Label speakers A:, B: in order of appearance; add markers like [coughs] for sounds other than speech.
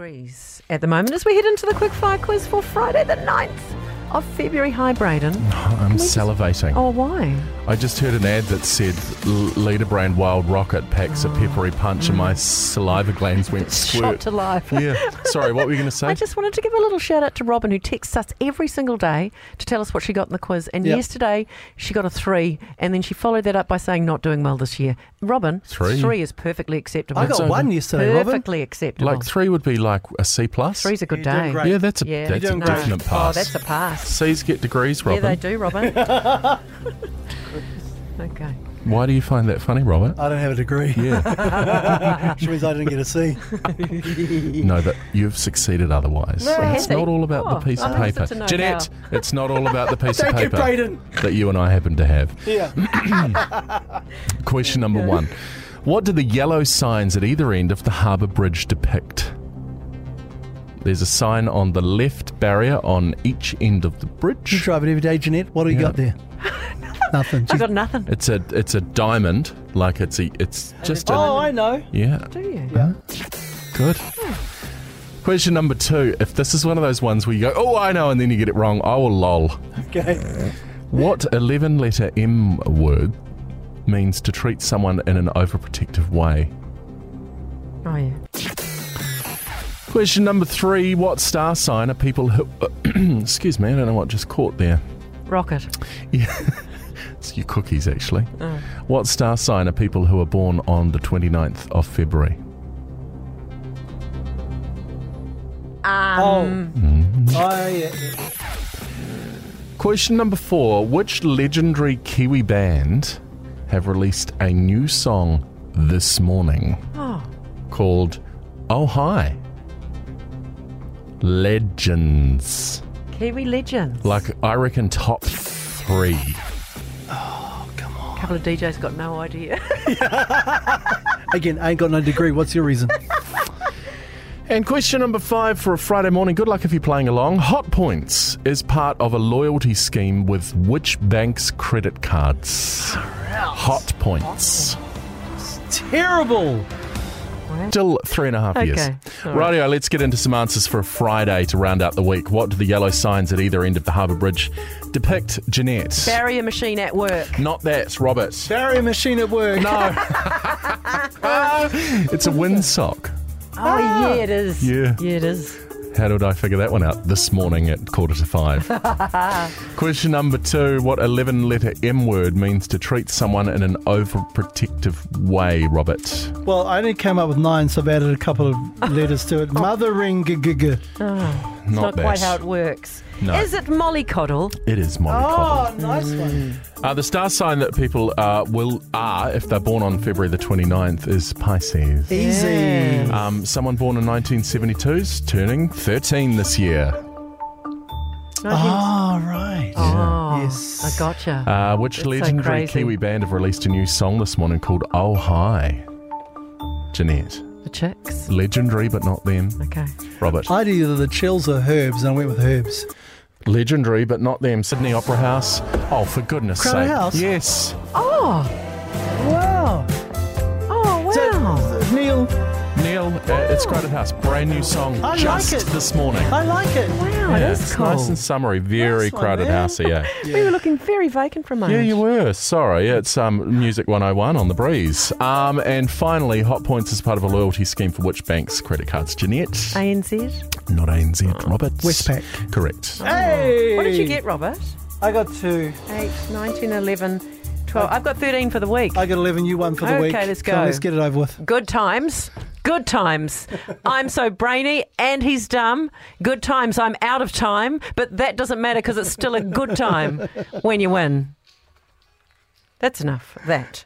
A: degrees at the moment as we head into the quickfire quiz for Friday the 9th of February. Hi, Braden.
B: I'm salivating.
A: Oh, why?
B: I just heard an ad that said "L- Leaderbrand Wild Rocket packs a peppery punch, and my saliva glands went
A: Shot
B: squirt.
A: to life.
B: yeah. Sorry, what were you going to
A: [laughs]
B: say?
A: I just wanted to give a little shout out to Robin, who texts us every single day to tell us what she got in the quiz. And
B: Yep.
A: yesterday she got a three, and then she followed that up by saying not doing well this year. Robin,
B: Three.
A: three is perfectly acceptable.
C: I got
B: over.
C: one yesterday, Robin.
A: perfectly acceptable.
B: like three would be like a C plus.
A: Oh. Three's a good
C: You're doing
A: day.
C: great.
B: Yeah, that's a
A: Yeah.
B: that's
A: You're
B: a
C: doing great.
B: definite
A: Oh,
B: pass.
A: that's a pass.
B: C's get degrees, Robin.
A: Yeah, they do, Robin.
B: [laughs]
A: okay.
B: Why do you find that funny, Robert?
C: I don't have a degree.
B: Yeah.
C: [laughs] Which means I didn't get a C.
B: no, that you've succeeded otherwise.
A: No,
B: And
A: has
B: it's not
A: he?
B: all about
A: Oh,
B: the piece of
A: I wanted
B: paper.
A: to know
B: Jeanette, it's not all about
A: [laughs]
B: the piece of
C: Thank you,
B: paper
C: Braden.
B: that you and I happen to have.
C: Yeah.
B: Question number one. What do the yellow signs at either end of the harbour bridge depict? There's a sign on the left barrier on each end of the
C: You
B: bridge.
C: drive it every day, Jeanette. What do you
B: Yeah.
C: got there? Nothing.
A: I got nothing.
B: It's a it's a diamond, like it's a it's just a
C: Oh, I know.
B: yeah.
A: Do you?
B: Good. Question number two. If this is one of those ones where you go, oh, I know, and then you get it wrong, I will lol.
C: Okay.
B: What 11 letter M word means to treat someone in an overprotective way?
A: Oh, yeah.
B: Question number three. What star sign are people who. [coughs] excuse me, I don't know what just caught there. [laughs]
A: Rocket.
B: It's your cookies, actually. What star sign are people who are born on the 29th of February? Mm-hmm.
C: oh. Oh, yeah, Oh, yeah.
B: Question number four Which legendary Kiwi band have released a new song this morning
A: Oh.
B: called Oh Hi? Legends.
A: Kiwi legends.
B: Like, I reckon top three.
A: a couple of DJs got no idea.
C: Again, I ain't got no degree. What's your reason?
B: And question number five for a Friday morning. Good luck if you're playing along. Hot Points is part of a loyalty scheme with which bank's credit cards? Hot Points.
C: [laughs] Terrible.
B: Still three and a half years.
A: Okay. All right.
B: Rightio, let's get into some answers for a Friday to round out the week. What do the yellow signs at either end of the harbour bridge depict, Jeanette?
A: Barrier machine at work.
B: Not that, Robert.
C: Barrier machine at work. No.
B: It's a windsock.
A: Oh, yeah, it is.
B: Yeah.
A: Yeah, it is.
B: How did I figure that one out? This morning at quarter
A: [laughs]
B: to five. Question number two What 11 letter M word means to treat someone in an overprotective way, Robert?
C: [laughs] Well, I only came up with nine, so I've added a couple of letters to it. Mothering. G- g- g-
A: It's
B: Not
A: not, quite
B: that.
A: how it works.
B: No.
A: Is it Oh, mollycoddle?
B: It is mollycoddle.
C: nice one.
B: Uh, the star sign that people uh, will are if they're born on February the 29th is Pisces.
C: Easy.
A: Yeah.
B: Um, someone born in 1972 is turning 13 this year.
C: Oh, right.
A: Oh,
C: Yes.
A: I gotcha.
B: Uh, which
A: That's so
B: legendary
A: crazy.
B: Kiwi band have released a new song this morning called Oh Hi? Jeanette.
A: the chicks.
B: Legendary, but not them.
A: Okay.
B: Robert.
C: I did either the chills or herbs, and I went with herbs.
B: Legendary, but not them. Sydney Opera House. Oh, for goodness
C: Crown
B: sake.
C: House?
B: Yes.
A: Oh,
C: Wow.
A: oh, wow.
C: Neil,
B: Neil, uh, it's Crowded House. Brand new song
C: I like
B: just
C: it.
B: this morning.
C: I like it.
A: wow,
B: Yeah,
A: it is
B: it's
A: cool.
B: nice and summery. Very
C: Nice one,
B: Crowded
C: man.
B: House, yeah.
A: We were looking very vacant for a moment.
B: Yeah, you were. Sorry, it's um, Music 101 on the breeze. Um, and finally, Hot Points is part of a loyalty scheme for which banks credit cards? Jeanette,
A: ANZ.
B: not ANZ, Robert.
C: Westpac.
B: Correct.
C: Hey.
A: What did you get, Robert?
C: I got two.
A: 8, 19, 11, 12. I've got 13 for the week.
C: I got 11, you one for the
A: Okay,
C: week.
A: let's
C: Come on,
A: go.
C: let's get it over with.
A: Good times. Good times. I'm so brainy and he's dumb. Good times. I'm out of time, but that doesn't matter because it's still a good time when you win. That's enough. of That.